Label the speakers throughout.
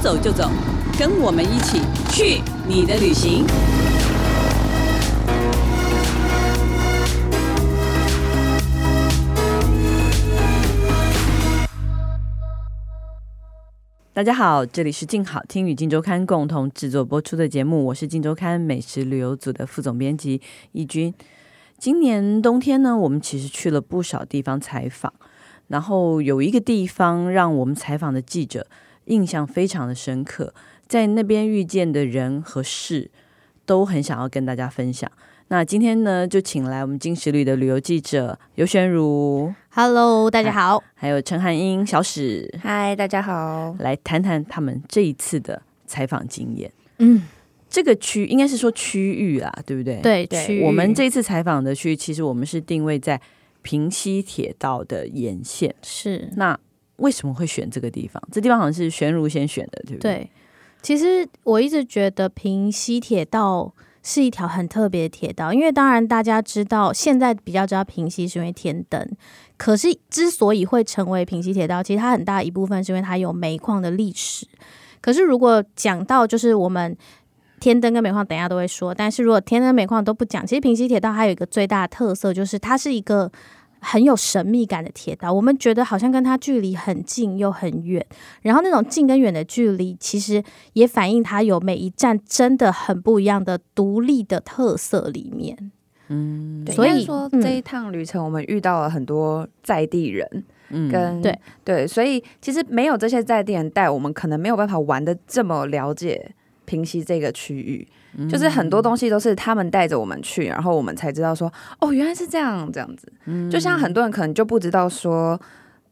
Speaker 1: 走就走，跟我们一起去你的旅行。
Speaker 2: 大家好，这里是静好听与静周刊共同制作播出的节目，我是静周刊美食旅游组的副总编辑易军。今年冬天呢，我们其实去了不少地方采访，然后有一个地方让我们采访的记者印象非常的深刻，在那边遇见的人和事都很想要跟大家分享。那今天呢，就请来我们金石旅的旅游记者尤玄如，
Speaker 3: Hello，大家好。
Speaker 2: 还有陈汉英、小史，
Speaker 3: 哎嗨，大家好。
Speaker 2: 来谈谈他们这一次的采访经验。
Speaker 3: 嗯，
Speaker 2: 这个区应该是说区域啦，对不对？。
Speaker 3: 对，
Speaker 4: 对
Speaker 3: 区域
Speaker 2: 我们这次采访的区域，其实我们是定位在平西铁道的沿线。
Speaker 3: 是
Speaker 2: 那为什么会选这个地方？这地方好像是玄如先选的，对不对？
Speaker 3: 对。其实我一直觉得平西铁道是一条很特别的铁道，因为当然大家知道现在比较知道平西是因为天灯，可是之所以会成为平西铁道，其实它很大一部分是因为它有煤矿的历史。可是如果讲到就是我们天灯跟煤矿，等一下都会说，但是如果天灯煤矿都不讲，其实平西铁道还有一个最大的特色就是它是一个。很有神秘感的铁道，我们觉得好像跟它距离很近又很远，然后那种近跟远的距离，其实也反映它有每一站真的很不一样的独立的特色里面。
Speaker 2: 嗯
Speaker 4: 对
Speaker 3: 所
Speaker 4: 应该
Speaker 3: 以
Speaker 4: 说
Speaker 3: 嗯
Speaker 4: 这一趟旅程，我们遇到了很多在地人，
Speaker 2: 嗯
Speaker 4: 跟
Speaker 3: 对
Speaker 4: 对，所以其实没有这些在地人带，我们可能没有办法玩的这么了解平西这个区域。就是很
Speaker 2: 嗯
Speaker 4: 多东西都是他们带着我们去，然后我们才知道说，哦，原来是这样，这样子。
Speaker 2: 嗯
Speaker 4: 就像很多人可能就不知道说，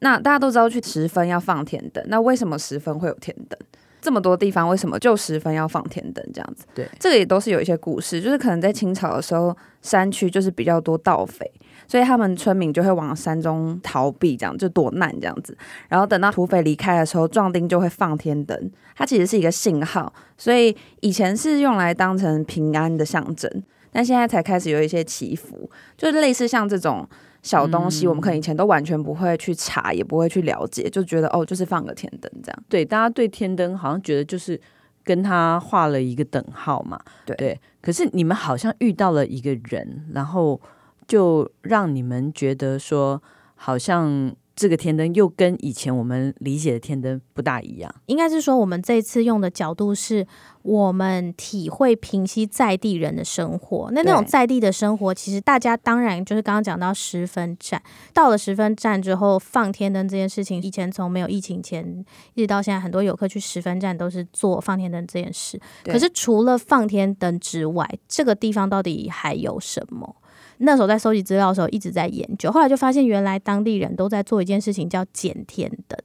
Speaker 4: 那大家都知道去十分要放天灯，那为什么十分会有天灯？这么多地方为什么就十分要放天灯这样子？
Speaker 2: 对
Speaker 4: 这个也都是有一些故事，就是可能在清朝的时候，山区就是比较多盗匪，所以他们村民就会往山中逃避，这样就躲难这样子。然后等到土匪离开的时候，壮丁就会放天灯，它其实是一个信号，所以以前是用来当成平安的象征，但现在才开始有一些祈福，就类似像这种。小东西，我们可能以前都完全不会去查，也不会去了解，就觉得哦，就是放个天灯这样。
Speaker 2: 对，大家对天灯好像觉得就是跟他画了一个等号嘛。
Speaker 4: 对
Speaker 2: 可是你们好像遇到了一个人，然后就让你们觉得说，好像这个天灯又跟以前我们理解的天灯不大一样。
Speaker 3: 应该是说，我们这一次用的角度是我们体会平西在地人的生活。那那种
Speaker 4: 对
Speaker 3: 在地的生活，其实大家当然就是刚刚讲到十分站，到了十分站之后放天灯这件事情，以前从没有疫情前一直到现在，很多游客去十分站都是做放天灯这件事。
Speaker 4: 对
Speaker 3: 可是除了放天灯之外，这个地方到底还有什么？那时候在收集资料的时候一直在研究，后来就发现原来当地人都在做一件事情叫捡天灯。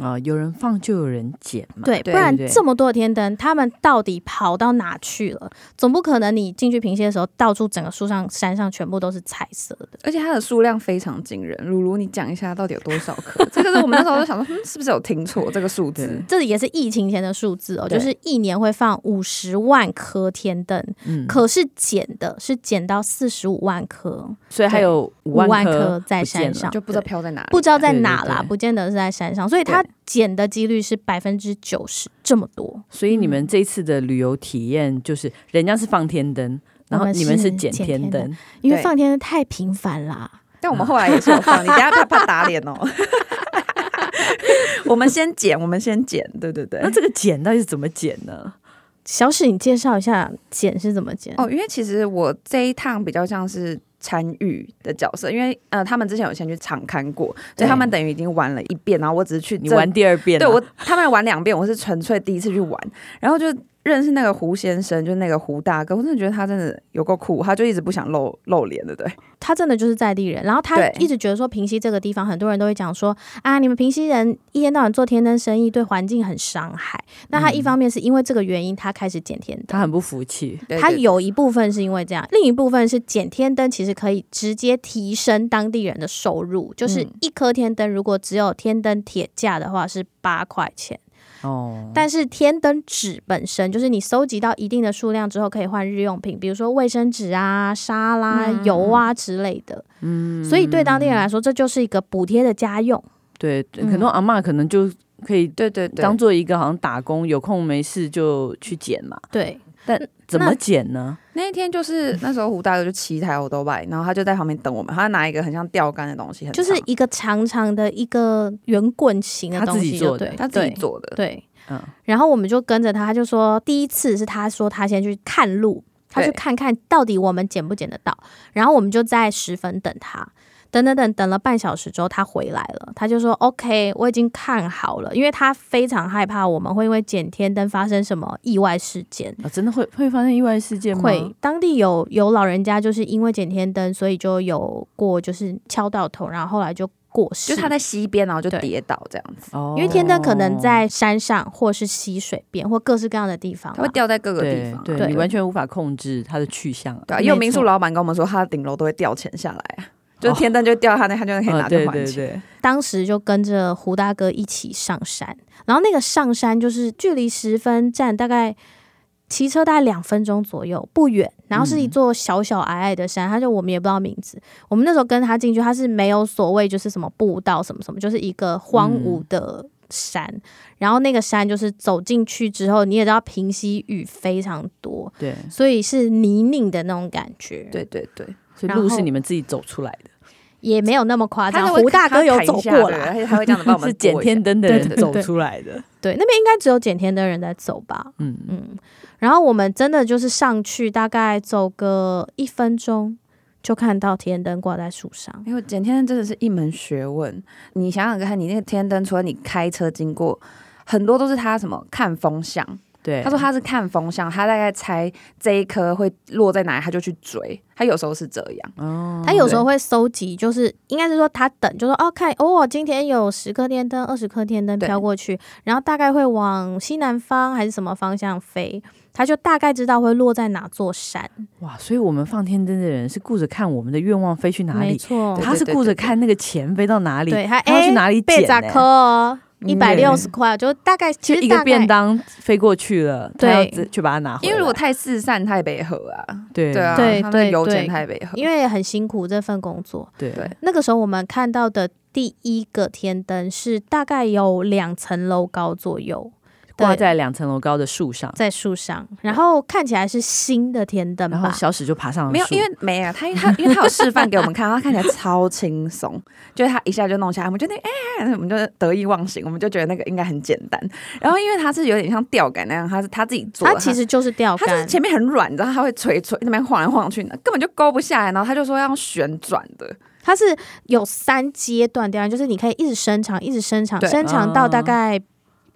Speaker 2: 啊、有人放就有人捡嘛。
Speaker 3: 对，
Speaker 4: 对
Speaker 3: 不然
Speaker 2: 对不对
Speaker 3: 这么多的天灯，他们到底跑到哪去了？总不可能你进去平溪的时候，到处整个树上、山上全部都是彩色的。
Speaker 4: 而且它的数量非常惊人。鲁鲁，你讲一下到底有多少颗？这个是我们那时候就想说，嗯，是不是有听错这个数字
Speaker 2: 对？
Speaker 3: 这也是疫情前的数字哦，
Speaker 4: 对
Speaker 3: 就是一年会放五十万颗天灯，
Speaker 2: 嗯，
Speaker 3: 可是减的是减到四十五万颗，
Speaker 2: 所以还有五
Speaker 3: 五万
Speaker 2: 颗
Speaker 3: 颗在
Speaker 2: 不见了
Speaker 3: 山上，
Speaker 4: 就不知道飘在哪里，
Speaker 3: 不知道在哪
Speaker 2: 对对
Speaker 3: 啦，
Speaker 2: 对
Speaker 3: 不见得是在山上，所以它
Speaker 4: 对
Speaker 3: 减的几率是百分之九十这么多。
Speaker 2: 所以你们这次的旅游体验就是，人家是放天灯，然后
Speaker 3: 我们
Speaker 2: 你们是
Speaker 3: 是
Speaker 2: 捡
Speaker 3: 捡
Speaker 2: 天
Speaker 3: 天
Speaker 2: 灯。
Speaker 3: 因为
Speaker 4: 对
Speaker 3: 放天灯太频繁啦。
Speaker 4: 但我们后来也是有 放，你等一下怕怕打 脸哦。我们先剪，我们先剪，对对对
Speaker 2: 那。这个捡到底是怎么捡呢？
Speaker 3: 小史，你介绍一下剪是怎么剪？
Speaker 4: 哦，因为其实我这一趟比较像是参与的角色，因为呃，他们之前有先去场刊过，所
Speaker 2: 对
Speaker 4: 以他们等于已经玩了一遍，然后我只是去
Speaker 2: 你
Speaker 4: 这
Speaker 2: 玩第二遍、啊，
Speaker 4: 对我，他们玩两遍，我是纯粹第一次去玩，然后就认识那个胡先生，就是那个胡大哥，我真的觉得他真的有够酷，他就一直不想露露脸，对不对？
Speaker 3: 他真的就是在地人，然后他
Speaker 4: 对
Speaker 3: 一直觉得说平西这个地方，很多人都会讲说啊，你们平西人一天到晚做天灯生意，对环境很伤害。那
Speaker 4: 嗯
Speaker 3: 他一方面是因为这个原因，他开始捡天灯。
Speaker 2: 他很不服气。
Speaker 4: 对
Speaker 3: 他
Speaker 4: 对
Speaker 3: 有一部分是因为这样，另一部分是捡天灯其实可以直接提升当地人的收入，就是
Speaker 4: 嗯
Speaker 3: 一颗天灯如果只有天灯铁架的话是八块钱，
Speaker 2: 哦，
Speaker 3: 但是天灯纸本身就是你搜集到一定的数量之后可以换日用品，比如说卫生纸啊、沙拉、
Speaker 4: 嗯
Speaker 3: 油啊之类的。嗯，所以对当地人来说，这就是一个补贴的家用。
Speaker 2: 对，
Speaker 3: 嗯
Speaker 2: 很多阿嬷可能就可以
Speaker 4: 对对对，
Speaker 2: 当做一个好像打工，有空没事就去捡嘛。
Speaker 3: 对，
Speaker 2: 怎么捡呢？
Speaker 4: 那一天就是那时候胡大哥就骑一台 o 都 b 然后他就在旁边等我们，他拿一个很像钓竿的东西，很
Speaker 3: 就是
Speaker 4: 长
Speaker 3: 一个长长的一个圆棍形的
Speaker 2: 他
Speaker 3: 东
Speaker 2: 自己
Speaker 3: 西就
Speaker 2: 做的
Speaker 3: 对，
Speaker 4: 他自己
Speaker 3: 对
Speaker 4: 做的，
Speaker 3: 对，
Speaker 2: 嗯
Speaker 3: 然后我们就跟着他，他就说第一次是他说他先去探路，他去
Speaker 4: 对
Speaker 3: 看看到底我们捡不捡得到，然后我们就在十分等他。等等等，等了半小时之后，他回来了，他就说：“OK，我已经看好了，因为他非常害怕我们会因为捡天灯发生什么意外事件。
Speaker 2: 啊，真的会会发生意外事件吗？
Speaker 3: 会，当地有有老人家就是因为捡天灯，所以就有过就是敲到头，然后后来就过世。
Speaker 4: 就他在溪边，然后就
Speaker 3: 对
Speaker 4: 跌倒这样子，
Speaker 2: 哦，
Speaker 3: 因为天灯可能在山上，或是溪水边，或各式各样的地方
Speaker 4: 他会
Speaker 3: 嘛。
Speaker 4: 掉在各个地
Speaker 2: 对
Speaker 4: 方啊。
Speaker 2: 对，
Speaker 3: 对
Speaker 2: 你完全无法控制它的去向啊。
Speaker 4: 对啊，
Speaker 3: 没
Speaker 4: 也有民宿
Speaker 3: 错
Speaker 4: 老板跟我们说，他的顶楼都会掉钱下来啊，就是天灯就掉他那，他就可以拿
Speaker 2: 啊，
Speaker 4: 去
Speaker 2: 对
Speaker 4: 还
Speaker 2: 对
Speaker 4: 钱。
Speaker 2: 对，
Speaker 3: 当时就跟着胡大哥一起上山，然后那个上山就是距离十分站大概骑车大概两分钟左右，不远。然后是
Speaker 4: 嗯
Speaker 3: 一座小小矮矮的山，他就我们也不知道名字。我们那时候跟他进去，他是没有所谓就是什么步道什么什么，就是一个荒
Speaker 4: 嗯
Speaker 3: 芜的山。然后那个山就是走进去之后，你也知道平息雨非常多，
Speaker 2: 对，
Speaker 3: 所以是泥泞的那种感觉。
Speaker 4: 对对对，
Speaker 2: 所以
Speaker 3: 然后
Speaker 2: 路是你们自己走出来的，
Speaker 3: 也没有那么夸
Speaker 4: 他
Speaker 3: 张。
Speaker 4: 都会
Speaker 3: 啊胡大哥有
Speaker 4: 他会
Speaker 3: 走
Speaker 4: 砍一下
Speaker 3: 过
Speaker 4: 对
Speaker 3: 来，
Speaker 4: 他他会这样子帮我 们
Speaker 2: 是捡
Speaker 4: 拨一下
Speaker 2: 天灯的
Speaker 3: 对
Speaker 2: 人
Speaker 3: 对
Speaker 2: 走
Speaker 3: 对
Speaker 2: 出来的。
Speaker 3: 对，那边应该只有捡天灯人在走吧。
Speaker 2: 嗯嗯，
Speaker 3: 嗯，然后我们真的就是上去，大概走个一分钟，就看到天灯挂在树上。
Speaker 2: 哦
Speaker 4: 没有捡哎天灯真的是一门学问。你想想看，你那个天灯，除了你开车经过，很多都是他什么看风向。
Speaker 2: 对。
Speaker 4: 他说他是看风向，他大概猜这一颗会落在哪里，他就去追。他有时候是这样，
Speaker 2: 哦
Speaker 3: 他有时候会收集，就是应该是说他等，就说哦，看哦，今天有十颗天灯、二十颗天灯
Speaker 4: 对
Speaker 3: 飘过去，然后大概会往西南方还是什么方向飞，他就大概知道会落在哪座山。
Speaker 2: 哇，所以我们放天灯的人是顾着看我们的愿望飞去哪
Speaker 3: 没
Speaker 2: 里，
Speaker 3: 错
Speaker 4: 对，
Speaker 2: 他是顾着看那个钱飞到哪里，
Speaker 3: 对，他
Speaker 2: 他要
Speaker 3: 哎
Speaker 2: 去哪里
Speaker 3: 贝
Speaker 2: 捡
Speaker 3: 扎
Speaker 2: 呢
Speaker 3: 科哦，一百六十
Speaker 2: 嗯
Speaker 3: 块，就大概其实
Speaker 2: 一个
Speaker 3: 大概
Speaker 2: 便当飞过去了，他
Speaker 3: 对
Speaker 2: 要自去把它拿回来。
Speaker 4: 因为如果太四散太北河啊，
Speaker 2: 对
Speaker 4: 对啊，
Speaker 3: 对
Speaker 4: 他们
Speaker 3: 对
Speaker 4: 油钱
Speaker 3: 对
Speaker 4: 太北河，
Speaker 3: 因为很辛苦这份工作。
Speaker 2: 对
Speaker 4: 对
Speaker 3: 那个时候我们看到的第一个天灯是大概有两层楼高左右，
Speaker 2: 挂
Speaker 3: 对
Speaker 2: 在两层楼高的树上，
Speaker 3: 在树上，然后看起来是新的天灯
Speaker 2: 然后
Speaker 3: 吧。
Speaker 2: 小史就爬上了
Speaker 4: 没有，
Speaker 2: 树
Speaker 4: 因为没有他，他因为他有示范给我们看，他看起来超轻松，就是他一下就弄下来，我们就那个哎，我们就得意忘形，我们就觉得那个应该很简单。然后因为他是有点像吊杆那样，他是他自己做的，
Speaker 3: 它其实就是吊
Speaker 4: 他就是
Speaker 3: 杆，
Speaker 4: 前面很软，你知道他会垂垂那边晃来晃去，根本就勾不下来。然后他就说要用旋转的，
Speaker 3: 它是有三阶段吊杆，就是你可以一直伸长，一直伸长，
Speaker 4: 对
Speaker 3: 伸长到
Speaker 2: 哦
Speaker 3: 大概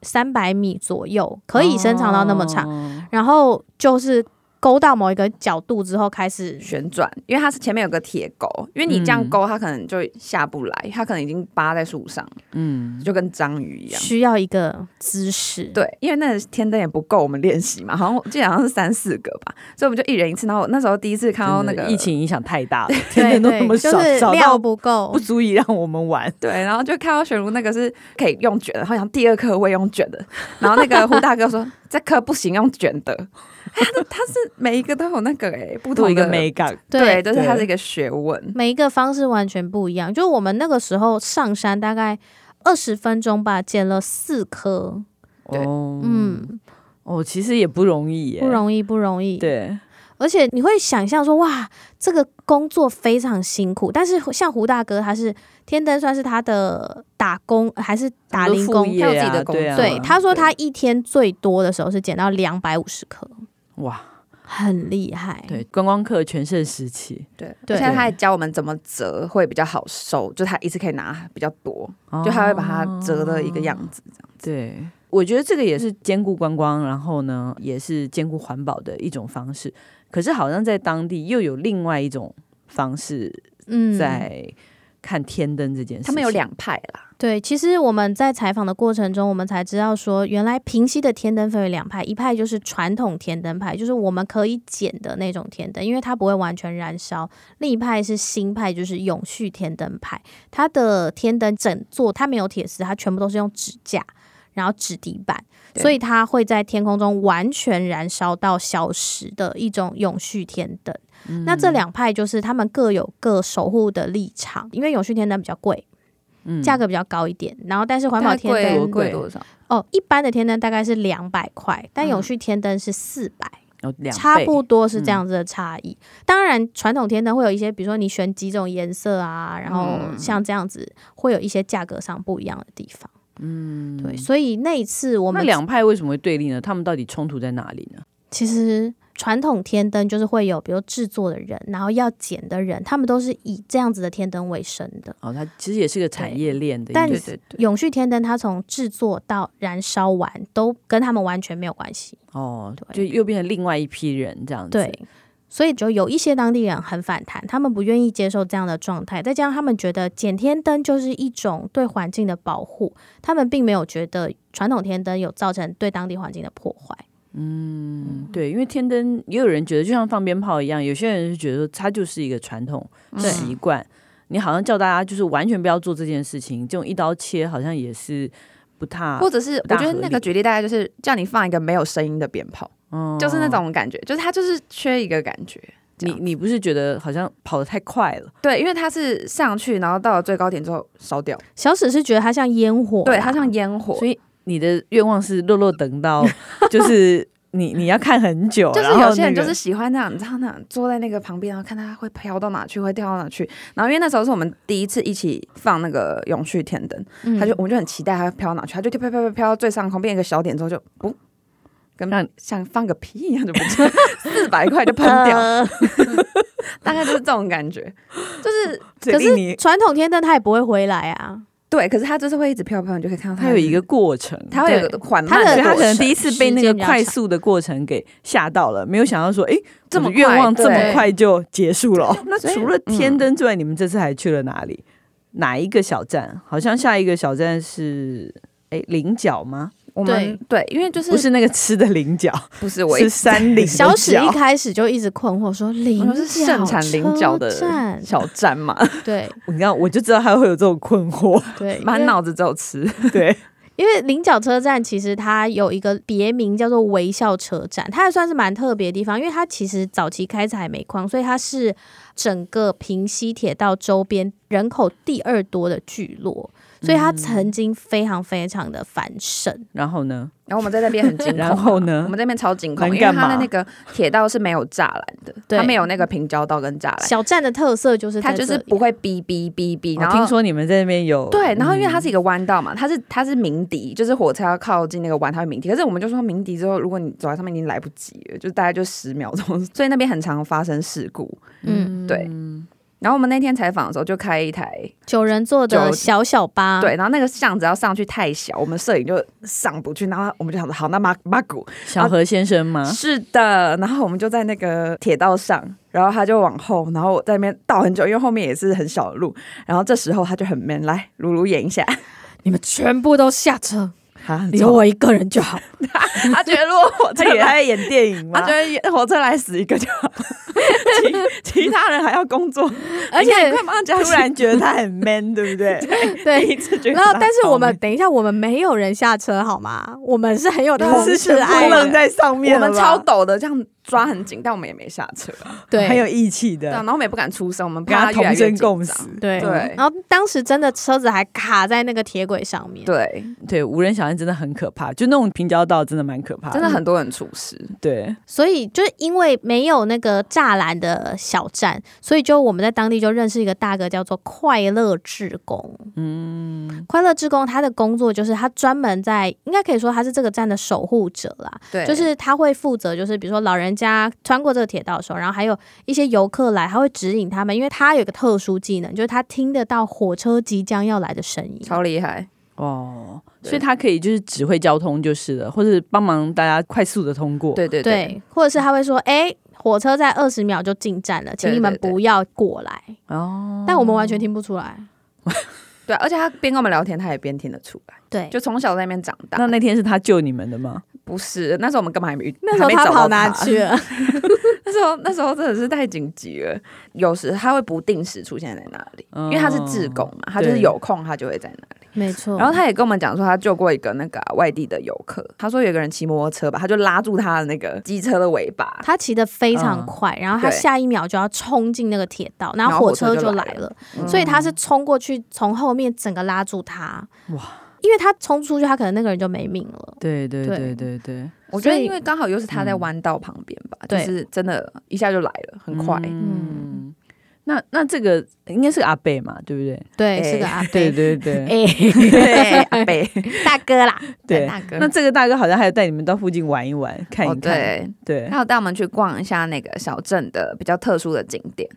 Speaker 3: 三百米左右，可以伸长到那么长，
Speaker 2: 哦
Speaker 3: 然后就是勾到某一个角度之后开始
Speaker 4: 旋转，因为它是前面有个铁钩，因为你这样
Speaker 2: 嗯
Speaker 4: 勾，它可能就下不来，它可能已经扒在树上，
Speaker 2: 嗯，
Speaker 4: 就跟章鱼一样。
Speaker 3: 需要一个姿势。
Speaker 4: 对，因为那个天灯也不够我们练习嘛，好像我记得好像是三四个吧，所以我们就一人一次。然后我那时候第一次看到那
Speaker 2: 真
Speaker 4: 个
Speaker 2: 的疫，情影响太大了，天
Speaker 3: 对
Speaker 2: 灯都
Speaker 3: 对，
Speaker 2: 那么少，
Speaker 3: 就是
Speaker 2: 少
Speaker 3: 料
Speaker 2: 到
Speaker 3: 不够
Speaker 2: 不，足以让我们玩。
Speaker 4: 对，然后就看到玄如那个是可以用卷的，然后想第二颗我也用卷的，然后那个胡大哥说这颗不行，用卷的。他他是每一个都有那个哎、不
Speaker 2: 做
Speaker 4: 同
Speaker 2: 一个
Speaker 4: 的
Speaker 2: 美感，
Speaker 4: 对，就是
Speaker 2: 对
Speaker 4: 它是一个欸学问。
Speaker 3: 每一个方式完全不一样。就我们那个时候上山大概二十分钟吧，捡了四颗，
Speaker 4: 对
Speaker 2: 哦，嗯，
Speaker 3: 嗯，
Speaker 2: 哦，其实也不容易耶，
Speaker 3: 不容易，不容易。，
Speaker 2: 对，
Speaker 3: 而且你会想象说，哇，这个工作非常辛苦。但是像胡大哥，他是天灯，算是他的打工还是打零
Speaker 2: 很多
Speaker 3: 工
Speaker 2: 副？业
Speaker 4: 他有自己
Speaker 2: 啊
Speaker 4: 的工
Speaker 2: 对啊
Speaker 4: 作
Speaker 3: 对，他说他一天最多的时候是捡到两百五十颗，
Speaker 2: 哇，
Speaker 3: 很厉害。
Speaker 2: 对，观光客全盛时期，
Speaker 4: 对，
Speaker 3: 对
Speaker 4: 而且他还教我们怎么折会比较好收，就他一次可以拿比较多，
Speaker 2: 哦
Speaker 4: 就他会把它折的一个样子这样。
Speaker 2: 对，我觉得这个也是兼顾观光，然后呢，也是兼顾环保的一种方式。可是好像在当地又有另外一种方式
Speaker 3: 嗯，
Speaker 2: 在看天灯这件事情。
Speaker 4: 他们有两派啦，
Speaker 3: 对，其实我们在采访的过程中，我们才知道说，原来平西的天灯分为两派，一派就是传统天灯派，就是我们可以捡的那种天灯，因为它不会完全燃烧；另一派是新派，就是永续天灯派，它的天灯整座它没有铁丝，它全部都是用纸架。然后纸底板，
Speaker 4: 对
Speaker 3: 所以它会在天空中完全燃烧到消失的一种永续天灯。
Speaker 2: 嗯
Speaker 3: 那这两派就是他们各有各守护的立场，因为永续天灯比较贵，
Speaker 2: 嗯
Speaker 3: 价格比较高一点。然后但是环保天
Speaker 4: 大概
Speaker 2: 多
Speaker 3: 灯
Speaker 2: 贵
Speaker 4: 贵多少？啊
Speaker 3: 哦，一般的天灯大概是两百块，但
Speaker 4: 嗯
Speaker 3: 永续天灯是四百、
Speaker 2: 有哦两
Speaker 3: 差
Speaker 2: 倍嗯
Speaker 3: 不多是这样子的差异。当然，传统天灯会有一些，比如说你选几种颜色啊，然后
Speaker 4: 嗯
Speaker 3: 像这样子会有一些价格上不一样的地方。嗯，对，所以那一次我
Speaker 2: 那
Speaker 3: 们
Speaker 2: 两派为什么会对立呢？他们到底冲突在哪里呢？
Speaker 3: 其实传统天灯就是会有，比如制作的人，然后要剪的人，他们都是以这样子的天灯为生的。
Speaker 2: 哦，它其实也是个产业链的一
Speaker 3: 但
Speaker 2: 个
Speaker 4: 对对对，
Speaker 3: 永续天灯，它从制作到燃烧完都跟他们完全没有关系。
Speaker 2: 哦，就
Speaker 3: 对
Speaker 2: 又变成另外一批人这样子。
Speaker 3: 对，所以就有一些当地人很反弹，他们不愿意接受这样的状态，再加上他们觉得剪天灯就是一种对环境的保护，他们并没有觉得传统天灯有造成对当地环境的破坏。
Speaker 4: 嗯
Speaker 2: 对，因为天灯也有人觉得就像放鞭炮一样，有些人是觉得说它就是一个传统
Speaker 4: 嗯
Speaker 3: 对
Speaker 2: 习惯，你好像叫大家就是完全不要做这件事情，这种一刀切好像也是不太，
Speaker 4: 或者是
Speaker 2: 不
Speaker 4: 我
Speaker 2: 大
Speaker 4: 觉得
Speaker 2: 合
Speaker 4: 那
Speaker 2: 理
Speaker 4: 个举例大概就是叫你放一个没有声音的鞭炮，
Speaker 2: 嗯
Speaker 4: 就是那。种感觉，就是它就是缺一个感觉。这
Speaker 2: 你
Speaker 4: 样
Speaker 2: 你不是觉得好像跑得太快了？
Speaker 4: 对，因为它是上去，然后到了最高点之后烧掉，
Speaker 3: 小史是觉得它像烟火啦，
Speaker 4: 对，它像烟火，
Speaker 2: 所以你的愿望是洛洛等 到就是你你要看很久，
Speaker 4: 就是
Speaker 2: 然后
Speaker 4: 有些人
Speaker 2: 那
Speaker 4: 就
Speaker 2: 个
Speaker 4: 是喜欢那样，你知道那样坐在那个旁边，然后看它会飘到哪去，会掉到哪去。然后因为那时候是我们第一次一起放那个永续天灯，
Speaker 3: 嗯
Speaker 4: 他就我们就很期待它飘到哪去，它就飘飘飘飘到最上空变一个小点之后就不。跟
Speaker 2: 让
Speaker 4: 像放个屁一样就不见，四百块就喷
Speaker 2: 嗯
Speaker 4: 掉，
Speaker 3: 呃
Speaker 4: 大概就是这种感觉，就是
Speaker 2: 可
Speaker 3: 可
Speaker 2: 你
Speaker 3: 是传统天灯它也不会回来 啊，
Speaker 4: 对。可是它就是会一直飘飘，你就可以看到
Speaker 2: 它有一个过程，
Speaker 4: 它会有一个缓慢
Speaker 3: 它的
Speaker 2: 所以
Speaker 4: 的
Speaker 2: 他可
Speaker 4: 过程，
Speaker 2: 能第一次被那个快速的过程给吓到了，没有想到说，哎、
Speaker 4: 这么
Speaker 2: 我的愿望
Speaker 4: 快
Speaker 2: 这么
Speaker 4: 对
Speaker 2: 快就结束了。那
Speaker 4: 所以嗯
Speaker 2: 除了天灯之外，你们这次还去了哪里？哪一个小站？好像下一个小站是。哎，菱角吗？
Speaker 4: 我们对，因为就是
Speaker 2: 不是那个吃的菱角，
Speaker 4: 不是我
Speaker 2: 是山菱的
Speaker 3: 小史一
Speaker 2: 角
Speaker 3: 开始就一直困惑说菱角
Speaker 4: 我说是盛产菱角的
Speaker 3: 车站
Speaker 4: 小站嘛，
Speaker 3: 对
Speaker 2: 你看，我就知道他会有这种困惑。
Speaker 3: 对，
Speaker 4: 满
Speaker 3: 因为
Speaker 4: 脑子只有吃。
Speaker 2: 对，
Speaker 3: 因为菱角车站其实它有一个别名叫做微笑车站，它还算是蛮特别的地方，因为它其实早期开采煤矿，所以它是整个平西铁道周边人口第二多的聚落，
Speaker 4: 嗯
Speaker 3: 所以它曾经非常非常的繁盛。
Speaker 2: 然后呢？
Speaker 4: 然后我们在 那边很惊恐啊、
Speaker 2: 然后呢
Speaker 4: 我们这边超惊恐，
Speaker 2: 能
Speaker 4: 因为
Speaker 2: 干
Speaker 4: 它的
Speaker 2: 嘛
Speaker 4: 那个铁道是没有栅栏的，
Speaker 3: 对
Speaker 4: 它没有那个平交道跟栅栏，
Speaker 3: 小站的特色就是
Speaker 4: 它
Speaker 3: 在
Speaker 4: 就是
Speaker 3: 这里
Speaker 4: 不会哔哔哔哔。
Speaker 2: 我
Speaker 4: 然后
Speaker 2: 听说你们在那边有
Speaker 4: 对，然后因为它
Speaker 2: 嗯
Speaker 4: 是一个弯道嘛，它是它是鸣笛，就是火车要靠近那个弯，它会鸣笛。可是我们就说鸣笛之后，如果你走在上面已经来不及了，就大概就十秒钟， 所以那边很常发生事故。
Speaker 3: 嗯
Speaker 4: 对，然后我们那天采访的时候就开一台，
Speaker 3: 九人座的
Speaker 4: 九
Speaker 3: 小小巴，
Speaker 2: 啊
Speaker 4: 对，然后那个巷子要上去太小，我们摄影就上不去，然后我们就想说好，那马马古
Speaker 2: 小何先生吗？
Speaker 4: 是的，然后我们就在那个铁道上，然后他就往后，然后我在那边倒很久，因为后面也是很小的路。然后这时候他就很 man，来，露露演一下，
Speaker 3: 你们全部都下车，
Speaker 4: 啊，
Speaker 3: 留我一个人就好。
Speaker 4: 他觉得如果火车
Speaker 2: 他也
Speaker 4: 来，
Speaker 2: 在演电影吗
Speaker 4: 他？觉得火车来死一个就好，其其他人还要工 作，
Speaker 3: 而且
Speaker 4: 你看你快马上加
Speaker 2: 突然觉得他很 man，对不对？
Speaker 3: 对，
Speaker 2: 对
Speaker 3: 然后，但是我们等一下，我们没有人下车好吗？我们是很有 同
Speaker 2: 是
Speaker 3: 事爱
Speaker 2: 不
Speaker 3: 的，
Speaker 2: 能在上面
Speaker 4: 我
Speaker 2: 了吧，
Speaker 4: 们超抖的，这样抓很紧，但我们也没下车，
Speaker 3: 对，
Speaker 2: 很有义气的
Speaker 4: 对啊，，然后我们也不敢出声，我们
Speaker 2: 跟
Speaker 4: 怕
Speaker 2: 他
Speaker 4: 他越
Speaker 2: 同
Speaker 4: 来越
Speaker 2: 生
Speaker 4: 紧
Speaker 2: 共
Speaker 4: 张
Speaker 2: 死。
Speaker 3: 对
Speaker 4: 对
Speaker 3: 然后当时真的车子还卡在那个铁轨上面，
Speaker 4: 对，
Speaker 2: 对，无人小站真的很可怕，就那种平交道真的蛮可怕的，
Speaker 4: 真的很多人出事，
Speaker 2: 对。
Speaker 3: 所以就是因为没有那个栅栏的小站，所以就我们在当地就认识一个大哥，叫做快乐志工。嗯，快乐志工他的工作就是他专门在，应该可以说他是这个站的守护者啦。
Speaker 4: 对，
Speaker 3: 就是他会负责，就是比如说老人家穿过这个铁道的时候，然后还有一些游客来，他会指引他们，因为他有一个特殊技能，就是他听得到火车即将要来的声音。
Speaker 4: 超厉害。
Speaker 2: 哦，
Speaker 4: 对
Speaker 2: 所以他可以就是指挥交通就是了，或者帮忙大家快速的通过。，
Speaker 4: 对对对，
Speaker 3: 对，或者是他会说：“哎、火车在二十秒就进站了，请你们
Speaker 4: 对对对
Speaker 3: 不要过来。
Speaker 2: 哦，
Speaker 3: 但我们完全听不出来。
Speaker 4: 对啊，而且他边跟我们聊天，他也边听得出来，
Speaker 3: 对，
Speaker 4: 就从小在那边长大。
Speaker 2: 那那天是他救你们的吗？
Speaker 4: 不是，那时候我们根本还没遇，
Speaker 3: 那时候
Speaker 4: 还没
Speaker 3: 他
Speaker 4: 找到
Speaker 3: 跑哪去？ 了？
Speaker 4: 那时候那时候真的是太紧急了，有时他会不定时出现在那里，因为他是志工嘛，他就是
Speaker 2: 对
Speaker 4: 有空他就会在那里。
Speaker 3: 没错。
Speaker 4: 然后他也跟我们讲说，他救过一个那个啊、外地的游客，他说有一个人骑摩托车吧，他就拉住他的那个机车的尾巴，
Speaker 3: 他骑得非常
Speaker 2: 嗯
Speaker 3: 快，然后他
Speaker 4: 对
Speaker 3: 下一秒就要冲进那个铁道，然
Speaker 4: 然
Speaker 3: 后
Speaker 4: 后
Speaker 3: 火
Speaker 4: 火车
Speaker 3: 车
Speaker 4: 就
Speaker 3: 就
Speaker 4: 来
Speaker 3: 来了，所以他是冲过去，从后面整个拉住他。
Speaker 2: 哇
Speaker 3: 哇！因为他冲出去，他可能那个人就没命了。
Speaker 2: 对对
Speaker 3: 对
Speaker 2: 对对对，
Speaker 4: 我觉
Speaker 3: 所
Speaker 4: 得
Speaker 3: 以
Speaker 4: 因为刚好又
Speaker 2: 嗯
Speaker 4: 是他在弯道旁边吧，就
Speaker 3: 对
Speaker 4: 是真的，一下就来了，很快。
Speaker 3: 嗯
Speaker 2: 嗯，那那这个应该是个阿贝嘛，对不对？
Speaker 3: 对，
Speaker 4: 哎
Speaker 3: 是 个阿
Speaker 2: 对
Speaker 3: 贝，
Speaker 2: 对对。
Speaker 3: 哎，
Speaker 4: 对， 阿北，
Speaker 3: 大哥啦，
Speaker 2: 对
Speaker 3: 大哥。
Speaker 2: 那这个大哥好像还有带你们到附近玩一玩，看
Speaker 4: 哦
Speaker 2: 一看。
Speaker 4: 对，
Speaker 2: 对
Speaker 4: 他有带我们去逛一下那个小镇的比较特殊的景点。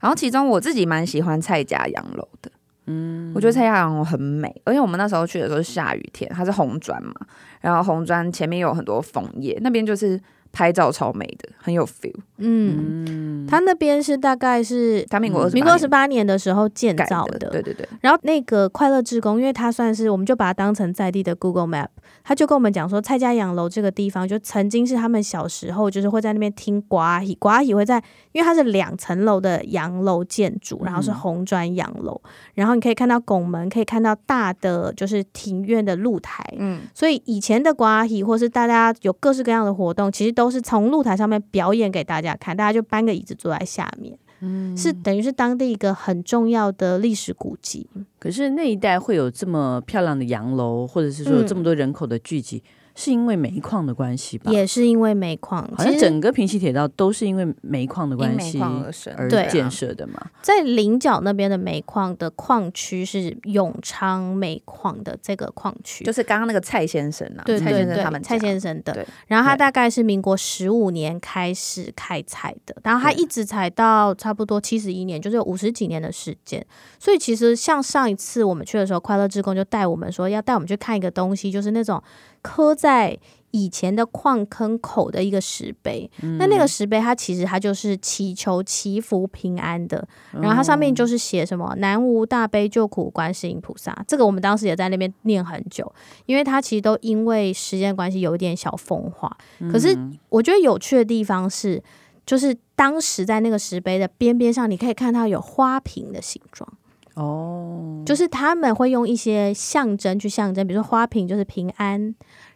Speaker 4: 然后其中我自己蛮喜欢蔡家洋楼的，嗯，我觉得蔡家洋楼很美，而且我们那时候去的时候是下雨天，它是红砖嘛，然后红砖前面有很多枫叶，那边就是拍照超美的，很有 feel。
Speaker 3: 嗯，他那边是大概是
Speaker 4: 它民国二十
Speaker 3: 民国二十八年的时候建
Speaker 4: 改
Speaker 3: 造
Speaker 4: 的，对对对，
Speaker 3: 然后那个快乐志工，因为他算是我们就把它当成在地的 Google Map，他就跟我们讲说，蔡家洋楼这个地方就曾经是他们小时候就是会在那边听瓜阿姨，瓜阿姨会在，因为它是两层楼的洋楼建筑，然后是红砖洋楼，然后你可以看到拱门，可以看到大的就是庭院的露台。
Speaker 4: 嗯，
Speaker 3: 所以以前的瓜阿姨，或是大家有各式各样的活动，其实都是从露台上面表演给大家看，大家就搬个椅子坐在下面，嗯，是等于是当地一个很重要的历史古迹。
Speaker 2: 可是那一带会有这么漂亮的洋楼，或者是说有
Speaker 3: 嗯
Speaker 2: 这么多人口的聚集，是因为煤矿的关系吧？
Speaker 3: 也是因为煤矿，
Speaker 2: 好
Speaker 3: 其
Speaker 2: 像
Speaker 3: 实，
Speaker 2: 整个平西铁道都是因为煤矿的
Speaker 4: 因
Speaker 2: 关
Speaker 4: 煤
Speaker 2: 系
Speaker 4: 矿而生，
Speaker 2: 而
Speaker 3: 对啊
Speaker 2: 建设的嘛。
Speaker 3: 在菱角那边的煤矿的矿区是永昌煤矿的这个矿区，
Speaker 4: 就是刚刚那个蔡先生啊，
Speaker 3: 对
Speaker 4: 蔡
Speaker 3: 对
Speaker 4: 先生
Speaker 3: 对
Speaker 4: 他们，
Speaker 3: 蔡
Speaker 4: 家
Speaker 3: 先生的
Speaker 4: 对。
Speaker 3: 然后它
Speaker 4: 对
Speaker 3: 大概是民国十五年开始开采的，然后它
Speaker 4: 对
Speaker 3: 一直采到差不多七十一年，就是有五十几年的时间。所以其实像上一次我们去的时候，快乐志工就带我们说要带我们去看一个东西，就是那种刻在。以前的矿坑口的一个石碑，那
Speaker 4: 嗯
Speaker 3: 那个石碑它其实它就是祈求祈福平安的，然后它上
Speaker 4: 哦
Speaker 3: 面就是写什么“南无大悲救苦观世音菩萨”，这个我们当时也在那边念很久，因为它其实都因为时间关系有一点小风化。可是
Speaker 4: 嗯
Speaker 3: 我觉得有趣的地方是，就是当时在那个石碑的边边上，你可以看到有花瓶的形状。
Speaker 2: 哦，
Speaker 3: 就是他们会用一些象征去象征，比如说花瓶就是平安，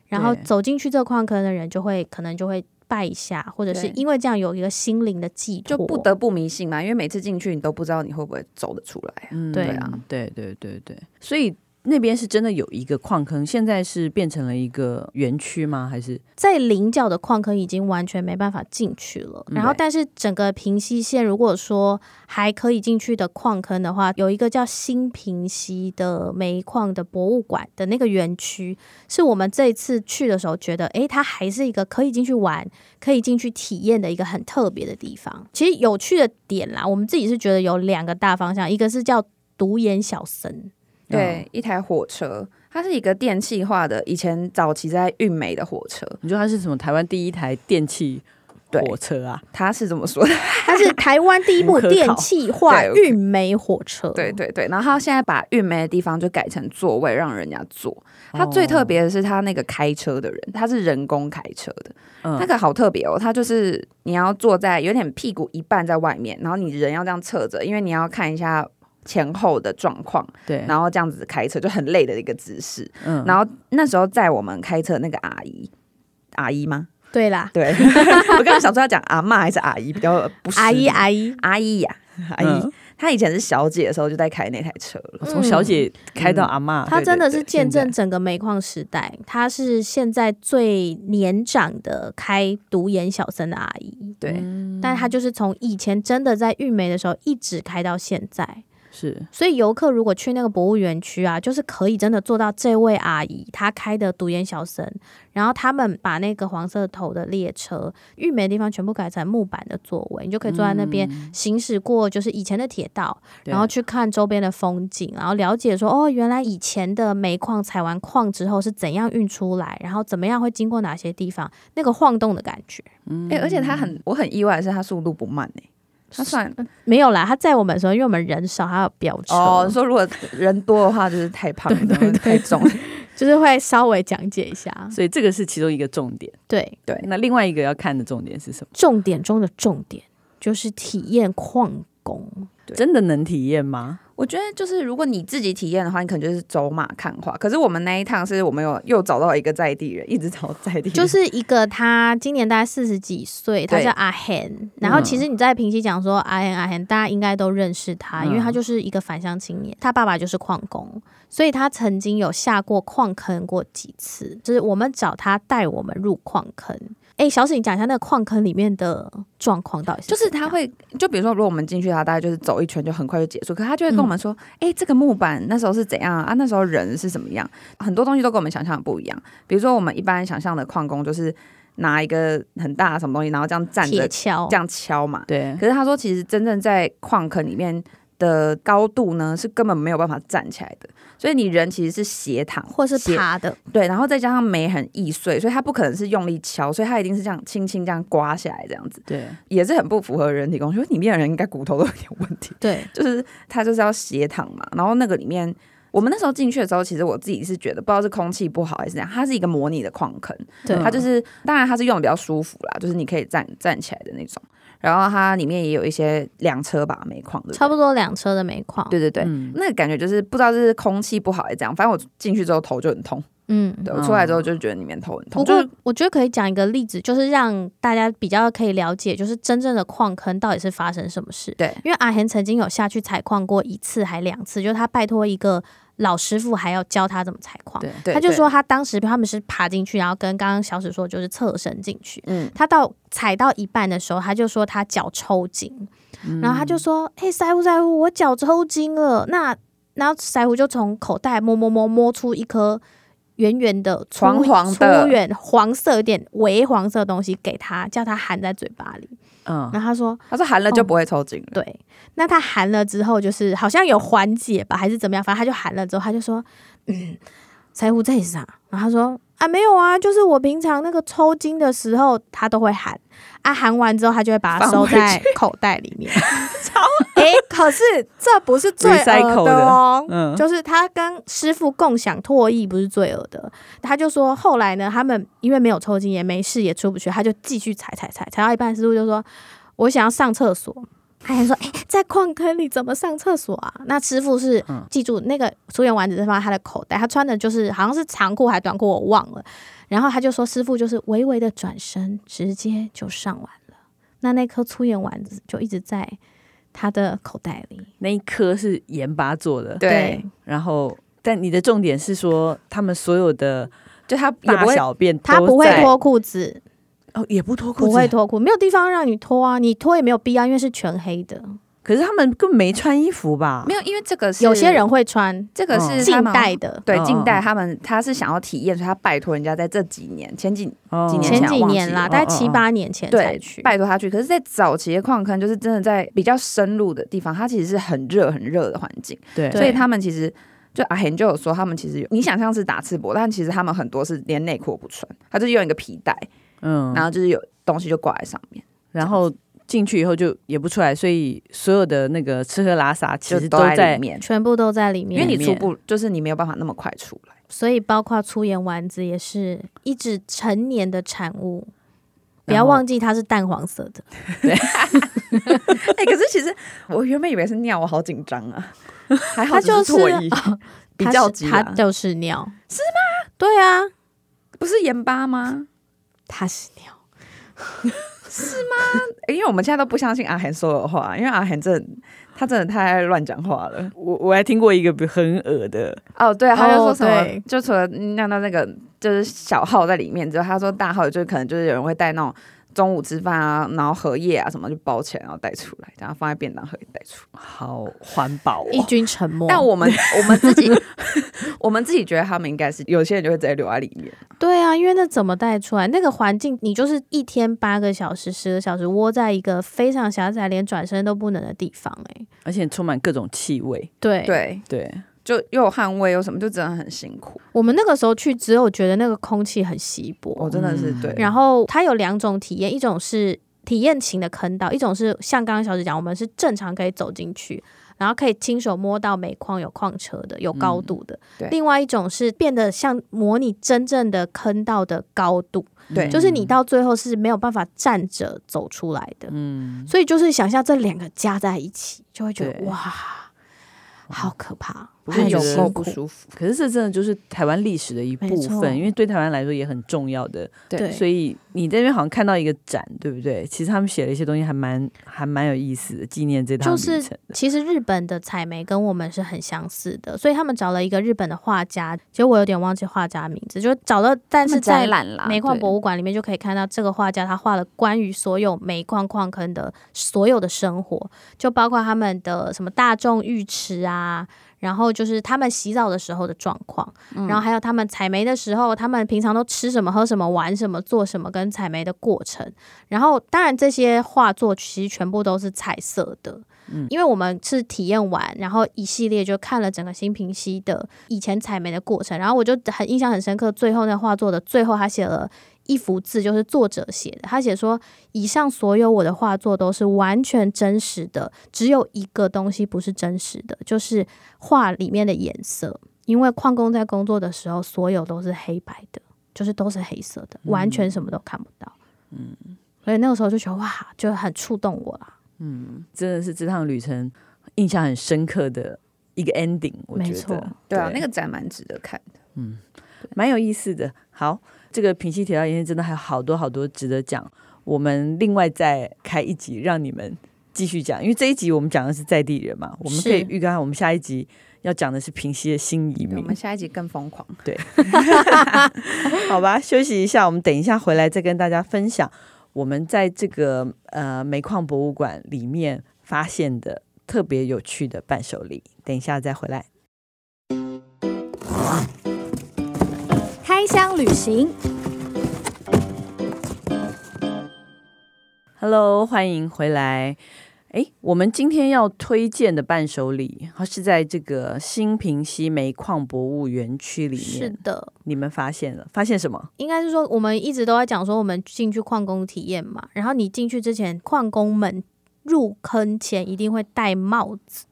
Speaker 3: 然后
Speaker 2: 对
Speaker 3: 走进去这个矿坑的人就会可能就会拜一下，或者是
Speaker 4: 对
Speaker 3: 因为这样有一个心灵的寄托，
Speaker 4: 就不得不迷信嘛，因为每次进去你都不知道你会不会走得出来啊、
Speaker 2: 嗯
Speaker 3: 对
Speaker 4: 啊，
Speaker 2: 对对对对，所以那边是真的有一个矿坑，现在是变成了一个园区吗？还是
Speaker 3: 在菱角的矿坑已经完全没办法进去了。
Speaker 2: 嗯
Speaker 3: 然后，
Speaker 4: 对
Speaker 3: 但是整个平西县如果说还可以进去的矿坑的话，有一个叫新平西的煤矿的博物馆的那个园区，是我们这一次去的时候觉得，诶，它还是一个可以进去玩、可以进去体验的一个很特别的地方。其实有趣的点啦，我们自己是觉得有两个大方向，一个是叫独眼小 僧，
Speaker 4: 对，
Speaker 2: 嗯
Speaker 4: 一台火车，它是一个电气化的，以前早期在运煤的火车，
Speaker 2: 你说它是什么台湾第一台电气
Speaker 4: 对
Speaker 2: 火车啊？
Speaker 4: 它是怎么说的？
Speaker 3: 它是台湾第一
Speaker 2: 无
Speaker 3: 部
Speaker 2: 可考
Speaker 3: 电气化
Speaker 4: 对
Speaker 3: 运煤火车。
Speaker 4: 对对对，然后它现在把运煤的地方就改成座位让人家坐。它最
Speaker 2: 哦
Speaker 4: 特别的是它那个开车的人，他是人工开车的，
Speaker 2: 嗯
Speaker 4: 那个好特别哦。它就是你要坐在有点屁股一半在外面，然后你人要这样侧着，因为你要看一下前后的状况，
Speaker 2: 对，
Speaker 4: 然后这样子开车就很累的一个姿势。
Speaker 2: 嗯
Speaker 4: 然后那时候载我们开车的那个阿姨，阿姨吗？
Speaker 3: 对啦，
Speaker 4: 对，我刚刚想说要讲阿嬷还是阿姨比较不是
Speaker 3: 阿姨阿姨，
Speaker 4: 阿姨呀、阿姨，
Speaker 2: 嗯
Speaker 4: 她以前是小姐的时候就在开那台车了，
Speaker 2: 我从小姐开到
Speaker 4: 嗯
Speaker 2: 阿嬷，
Speaker 3: 她
Speaker 4: 对
Speaker 3: 真的
Speaker 4: 对
Speaker 3: 是
Speaker 4: 对
Speaker 3: 见
Speaker 2: 现在
Speaker 3: 证整个煤矿时代，她是现在最年长的开独眼小僧的阿姨，
Speaker 4: 对，
Speaker 3: 但她就是从以前真的在运煤的时候一直开到现在。
Speaker 2: 是
Speaker 3: 所以游客如果去那个博物园区啊，就是可以真的做到这位阿姨她开的独眼小僧，然后他们把那个黄色头的列车运煤的地方全部改成木板的座位，你就可以坐在那边、行驶过就是以前的铁道，
Speaker 2: 对
Speaker 3: 然后去看周边的风景，然后了解说哦，原来以前的煤矿采完矿之后是怎样运出来，然后怎么样会经过哪些地方，那个晃动的感觉
Speaker 4: 哎、而且她很，我很意外的是她速度不慢哎、她算
Speaker 3: 没有啦。他载我们的时候，因为我们人少，还有飙车，
Speaker 4: 哦，你说如果人多的话就是太胖，对对太重，
Speaker 3: 就是会稍微讲解一下。
Speaker 2: 所以这个是其中一个重点。
Speaker 3: 对，
Speaker 4: 对，
Speaker 2: 那另外一个要看的重点是什么？
Speaker 3: 重点中的重点就是体验矿工。
Speaker 4: 对
Speaker 2: 真的能体验吗？
Speaker 4: 我觉得就是如果你自己体验的话，你可能就是走马看花。可是我们那一趟是我们有又找到一个在地人，一直找在地人，
Speaker 3: 就是一个他今年大概四十几岁，他
Speaker 4: 对嗯
Speaker 3: 叫阿 hen。然后其实你在平溪讲说阿 hen 阿 hen，大家应该都认识他，
Speaker 4: 嗯
Speaker 3: 因为他就是一个返乡青年，他爸爸就是矿工，所以他曾经有下过矿坑过几次。就是我们找他带我们入矿坑。哎、小史，你讲一下那个矿坑里面的状况到底是？
Speaker 4: 就是他，会，就比如说，如果我们进去，他大概就是走一圈就很快就结束。可他就会跟我
Speaker 3: 嗯
Speaker 4: 们说，哎、这个木板那时候是怎样啊？那时候人是怎么样？很多东西都跟我们想象的不一样。比如说，我们一般想象的矿工就是拿一个很大的什么东西，然后这样站
Speaker 3: 铁
Speaker 4: 着
Speaker 3: 锹
Speaker 4: 这，样敲嘛。
Speaker 2: 对，
Speaker 4: 可是他说，其实真正在矿坑里面的高度呢，是根本没有办法站起来的，所以你人其实是斜躺
Speaker 3: 或是
Speaker 4: 斜
Speaker 3: 爬的，
Speaker 4: 对，然后再加上煤很易碎，所以它不可能是用力敲，所以它一定是这样轻轻这样刮下来这样子。
Speaker 2: 对，
Speaker 4: 也是很不符合人体工学，因为里面的人应该骨头都有点问题，
Speaker 3: 对，
Speaker 4: 就是他就是要斜躺嘛。然后那个里面，我们那时候进去的时候，其实我自己是觉得不知道是空气不好还是怎样，它是一个模拟的矿坑，
Speaker 3: 对
Speaker 4: 它就是当然它是用的比较舒服啦，就是你可以站站起来的那种。然后它里面也有一些两车吧，煤矿的，
Speaker 3: 差不多两车的煤矿。
Speaker 4: 对对对，
Speaker 2: 嗯
Speaker 4: 那个感觉就是不知道是空气不好还是怎样，反正我进去之后头就很痛，
Speaker 3: 嗯，
Speaker 4: 对
Speaker 2: 嗯
Speaker 4: 我出来之后就觉得里面头很痛，
Speaker 3: 不
Speaker 4: 就
Speaker 3: 过
Speaker 4: 是，
Speaker 3: 我觉得可以讲一个例子，就是让大家比较可以了解，就是真正的矿坑到底是发生什么事。
Speaker 4: 对
Speaker 3: 因为阿贤曾经有下去采矿过一次还两次，就是他拜托一个老师傅，还要教他怎么采矿。
Speaker 2: 对，
Speaker 4: 对
Speaker 3: 他就
Speaker 4: 对
Speaker 3: 说他当时他们是爬进去，然后跟刚刚小史说就是侧身进去。
Speaker 4: 嗯，
Speaker 3: 他到踩到一半的时候，他就说他脚抽筋，
Speaker 4: 嗯
Speaker 3: 然后他就说：“嘿，腮胡腮胡，我脚抽筋了。那”然后腮胡就从口袋摸摸摸摸出一颗圆圆的、粗
Speaker 4: 黄黄的
Speaker 3: 粗圆黄色、有点微黄色的东西给他，叫他含在嘴巴里。
Speaker 4: 哦
Speaker 2: 嗯，
Speaker 3: 然后他说
Speaker 4: 他说含了就不会抽筋了：“，
Speaker 3: 对。”那他含了之后，就是好像有缓解吧，还是怎么样？反正他就含了之后，他就说：“嗯，腮胡这里是啥？”然后他说。啊，没有啊，就是我平常那个抽筋的时候，他都会含啊，含完之后他就会把它
Speaker 4: 放
Speaker 3: 收
Speaker 4: 回
Speaker 3: 在口袋里 面。哎、可是这不是罪恶
Speaker 2: Recycle
Speaker 3: 的哦，
Speaker 2: 嗯
Speaker 3: 就是他跟师傅共享唾液不是罪恶的。他就说后来呢，他们因为没有抽筋也没事也出不去，他就继续踩踩踩，踩到一半师傅就说：“我想要上厕所。”他还说：“哎、在矿坑里怎么上厕所啊？”那师傅是记住那个苏源丸子是放在他的口袋，他穿的就是好像是长裤还短裤，我忘了。然后他就说，师傅就是微微的转身，直接就上完了。那那颗粗盐丸子就一直在他的口袋里。
Speaker 2: 那一颗是盐巴做的，
Speaker 4: 对，
Speaker 2: 然后但你的重点是说他们所有的
Speaker 4: 就他也
Speaker 2: 大
Speaker 4: 不会
Speaker 2: 小便都
Speaker 3: 他不会
Speaker 2: 在
Speaker 3: 脱裤子，
Speaker 2: 哦，也不脱裤子，
Speaker 3: 不会。脱裤，没有地方让你脱啊，你脱也没有必要，因为是全黑的。
Speaker 2: 可是他们根本没穿衣服吧？
Speaker 4: 没有，因为这个是
Speaker 3: 有些人会穿
Speaker 4: 这个是
Speaker 3: 近
Speaker 4: 他们
Speaker 3: 代的，
Speaker 4: 对
Speaker 2: 嗯
Speaker 4: 近
Speaker 2: 嗯
Speaker 4: 代他们他是想要体验，所以他拜托人家在这几年前几
Speaker 2: 哦
Speaker 4: 几年
Speaker 3: 前
Speaker 4: 前
Speaker 3: 几年啦，
Speaker 2: 哦
Speaker 3: 大概
Speaker 2: 哦
Speaker 3: 七
Speaker 2: 哦
Speaker 3: 八年前才
Speaker 4: 嗯对
Speaker 3: 去。
Speaker 4: 拜托他去。可是，在早期的矿坑，就是真的在比较深入的地方，它其实是很热很热的环境，
Speaker 2: 对
Speaker 4: 所以他们其实。就阿贤就有说，他们其实有你想象是打赤膊，但其实他们很多是连内裤都不穿，他就是用一个皮带，
Speaker 2: 嗯，
Speaker 4: 然后就是有东西就挂在上面，
Speaker 2: 然后进去以后就也不出来，所以所有的那个吃喝拉撒其
Speaker 4: 就
Speaker 2: 实
Speaker 4: 都
Speaker 2: 都
Speaker 4: 在
Speaker 2: 在
Speaker 4: 里面，
Speaker 3: 全部都在里
Speaker 4: 因为
Speaker 3: 面，
Speaker 4: 你出不就是你没有办法那么快出来。
Speaker 3: 所以包括粗盐丸子也是一直成年的产物。不要忘记它是淡黄色的，
Speaker 4: 哎、可是其实我原本以为是尿，我好紧张啊，还好
Speaker 3: 它就
Speaker 4: 只
Speaker 3: 是
Speaker 4: 是唾液，比
Speaker 3: 它
Speaker 4: 较啊
Speaker 3: 是
Speaker 4: 急
Speaker 3: 它
Speaker 4: 啦，
Speaker 3: 就是尿，是吗？对啊，
Speaker 4: 不是盐巴吗？
Speaker 3: 它是尿。
Speaker 4: 因为我们现在都不相信阿涵说的话，因为阿涵真的他真的太爱乱讲话了。
Speaker 2: 我我还听过一个比很恶的，
Speaker 4: 哦，对，他就说什么，
Speaker 3: 对
Speaker 4: 就除了酿到那个就是小号在里面之后，他说大号就可能就是有人会带那种中午吃饭啊，然后荷叶啊什么就包起来，然后带出来，然后放在便当盒里带出来。
Speaker 2: 好环保
Speaker 3: 一
Speaker 2: 哦，
Speaker 3: 君沉默。
Speaker 4: 但我们我们自己 我们自己觉得他们应该是有些人就会直接留在里面，
Speaker 3: 对啊，因为那怎么带出来？那个环境，你就是一天八个小时、十个小时窝在一个非常狭窄、连转身都不能的地方、哎，
Speaker 2: 而且充满各种气味，
Speaker 3: 对，
Speaker 4: 对，
Speaker 2: 对，
Speaker 4: 就又有汗味又什么，就真的很辛苦。
Speaker 3: 我们那个时候去，只有觉得那个空气很稀薄。
Speaker 4: 我哦真的是对，
Speaker 3: 然后它有两种体验，一种是体验型的坑道，一种是像刚刚小姐讲，我们是正常可以走进去，然后可以亲手摸到煤矿有矿车的、有高度的；
Speaker 4: 对
Speaker 3: 另外一种是变得像模拟真正的坑道的高度，
Speaker 4: 对
Speaker 3: 就是你到最后是没有办法站着走出来的。
Speaker 2: 嗯，
Speaker 3: 所以就是想象这两个加在一起，就会觉得
Speaker 2: 对
Speaker 3: 哇，好可怕，
Speaker 2: 不是
Speaker 3: 很
Speaker 2: 有
Speaker 4: 有
Speaker 3: 辛
Speaker 4: 够
Speaker 2: 够
Speaker 4: 嗯不
Speaker 3: 苦。
Speaker 4: 舒服。
Speaker 2: 可是这真的就是台湾历史的一部
Speaker 3: 没错
Speaker 2: 分，因为对台湾来说也很重要的。
Speaker 3: 对
Speaker 2: 所以你在那边好像看到一个展，对不对？其实他们写了一些东西还蛮还蛮有意思的，纪念这趟
Speaker 3: 就
Speaker 2: 旅
Speaker 3: 是
Speaker 2: 程的。
Speaker 3: 其实日本的采梅跟我们是很相似的，所以他们找了一个日本的画家，其实我有点忘记画家名字，就找到，但
Speaker 4: 他
Speaker 3: 是
Speaker 4: 们
Speaker 3: 在
Speaker 4: 展览啦，
Speaker 3: 煤矿
Speaker 4: 对
Speaker 3: 博物馆里面就可以看到这个画家他画了关于所有煤矿矿坑的所有的生活，就包括他们的什么大众浴池啊，然后就是他们洗澡的时候的状况，
Speaker 4: 嗯
Speaker 3: 然后还有他们采煤的时候，他们平常都吃什么、喝什么、玩什么、做什么，跟采煤的过程。然后当然这些画作其实全部都是彩色的。因为我们是体验完，然后一系列就看了整个新平溪的以前采煤的过程，然后我就很印象很深刻。最后那画作的最后，他写了一幅字，就是作者写的，他写说：“以上所有我的画作都是完全真实的，只有一个东西不是真实的，就是画里面的颜色。因为矿工在工作的时候，所有都是黑白的，就是都是黑色的，完全什么都看不到。”嗯，所以那个时候就觉得哇，就很触动我啦。
Speaker 2: 真的是这趟旅程印象很深刻的一个 ending，我觉
Speaker 3: 没错
Speaker 2: 得
Speaker 4: 对啊，那个展蛮值得看的。
Speaker 2: 蛮有意思的。好，这个平息铁道沿线真的还有好多好多值得讲，我们另外再开一集让你们继续讲，因为这一集我们讲的是在地人嘛，我们可以
Speaker 3: 是
Speaker 2: 预告我们下一集要讲的是平息的新移
Speaker 4: 对我
Speaker 2: 民。
Speaker 4: 们下一集更疯狂。
Speaker 2: 好吧，休息一下，我们等一下回来再跟大家分享我们在这个呃煤矿博物馆里面发现的特别有趣的伴手礼。等一下再回来。
Speaker 3: 开箱旅行，
Speaker 2: Hello，欢迎回来。诶，我们今天要推荐的伴手礼，它是在这个新平溪煤矿博物园区里
Speaker 3: 是
Speaker 2: 面，
Speaker 3: 的，
Speaker 2: 你们发现了，发现什么？
Speaker 3: 应该是说，我们一直都在讲说，我们进去矿工体验嘛。然后你进去之前，矿工们入坑前一定会戴帽子，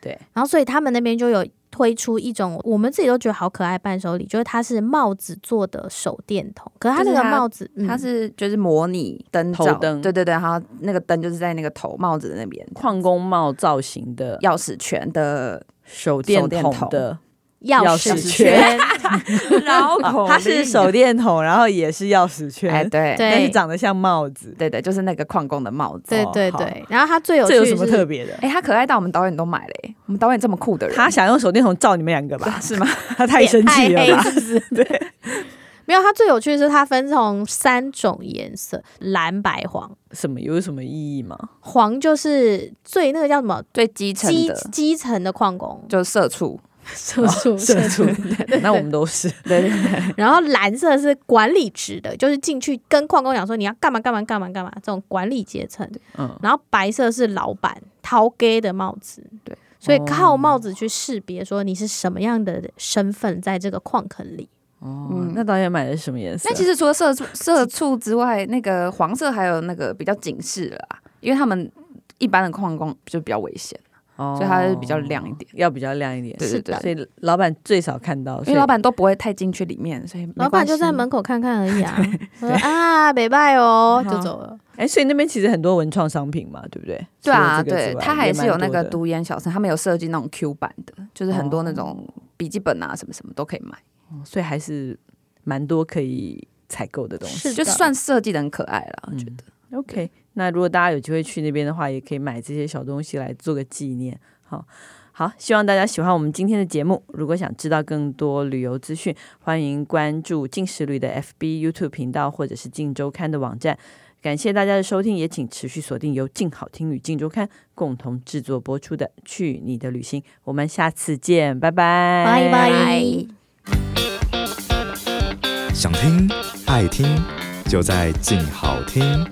Speaker 2: 对。
Speaker 3: 然后，所以他们那边就有推出一种我们自己都觉得好可爱的伴手礼，就是它是帽子做的手电筒，可是它那
Speaker 4: 就是
Speaker 3: 个
Speaker 4: 它
Speaker 3: 帽子，嗯
Speaker 4: 它是就是模拟灯罩
Speaker 2: 头灯
Speaker 4: 对对对，然后那个灯就是在那个头帽子的那边，
Speaker 2: 矿工帽造型的
Speaker 4: 钥匙圈的，
Speaker 2: 手电
Speaker 4: 手电
Speaker 2: 筒
Speaker 4: 筒
Speaker 2: 的
Speaker 3: 钥
Speaker 2: 匙
Speaker 3: 匙
Speaker 2: 圈
Speaker 3: 圈，
Speaker 2: 绕口哦它是手电筒，然后也是钥匙圈，
Speaker 4: 哦哎对
Speaker 3: 对
Speaker 2: 但是长得像帽子。
Speaker 4: 对对，就是那个矿工的帽子。
Speaker 3: 对
Speaker 2: 哦
Speaker 3: 对
Speaker 2: 好
Speaker 3: 对。然后它最有
Speaker 2: 这有
Speaker 3: 趣
Speaker 2: 什么
Speaker 3: 是
Speaker 2: 特别的？
Speaker 4: 哎，他可爱到我们导演都买了，哎我们导演这么酷的人，
Speaker 2: 他想用手电筒照你们两个吧？ 是吗？哎他太
Speaker 3: 也
Speaker 2: 生气
Speaker 3: 太
Speaker 2: 了吧
Speaker 3: 黑？是不是？
Speaker 2: 对，
Speaker 3: 没有，它最有趣的是它分成三种颜色：蓝、白、黄。
Speaker 2: 什么有什么意 义吗？
Speaker 3: 黄就是最那个叫什么
Speaker 4: 最基层
Speaker 3: 基
Speaker 4: 的，哦
Speaker 3: 基层的矿 工，
Speaker 4: 就是社畜，
Speaker 3: 社畜
Speaker 2: 社畜，那我们都是
Speaker 4: 对对 对，
Speaker 3: 然后蓝色是管理职的，就是进去跟矿工讲说你要干嘛干嘛干嘛干嘛这种管理阶层。
Speaker 2: 嗯，
Speaker 3: 然后白色是老板陶给的帽子，
Speaker 4: 对，
Speaker 3: 所以
Speaker 4: 哦
Speaker 3: 靠帽子去识别说你是什么样的身份在这个矿坑里。
Speaker 2: 哦，那导演买的是什么颜色？
Speaker 4: 那其实除了社畜社畜之外，那个黄色还有那个比较警示了啊，因为他们一般的矿工就比较危险，
Speaker 2: 哦，
Speaker 4: 所以它是比较亮一点
Speaker 2: 要比较亮一点。
Speaker 4: 对对对
Speaker 2: 所以老板最少看到，
Speaker 4: 因
Speaker 2: 所以
Speaker 4: 为老板都不会太进去里面，所以没
Speaker 3: 老板
Speaker 4: 关
Speaker 3: 就
Speaker 4: 系
Speaker 3: 在门口看看而已 啊，说啊北拜哦就走了。
Speaker 2: 哎，所以那边其实很多文创商品嘛，对不对？
Speaker 4: 对啊，
Speaker 2: 除了这个
Speaker 4: 对
Speaker 2: 之，外
Speaker 4: 它还是有那
Speaker 2: 也蛮
Speaker 4: 个
Speaker 2: 多的
Speaker 4: 独眼小生，他们有设计那种 Q 版的，就是很多那种笔记本啊，什么什么都可以买，
Speaker 2: 所以还是蛮多可以采购的东西。
Speaker 3: 是
Speaker 4: 就
Speaker 3: 的
Speaker 4: 算设计的很可爱了，我觉得。
Speaker 2: OK，那如果大家有机会去那边的话，也可以买这些小东西来做个纪念。好，好，希望大家喜欢我们今天的节目。如果想知道更多旅游资讯，欢迎关注近时旅的 FB、YouTube 频道或者是静周刊的网站。感谢大家的收听，也请持续锁定由静好听与静周刊共同制作播出的《去你的旅行》，我们下次见，拜拜，
Speaker 3: 拜拜。
Speaker 5: 想听爱听，就在静好听。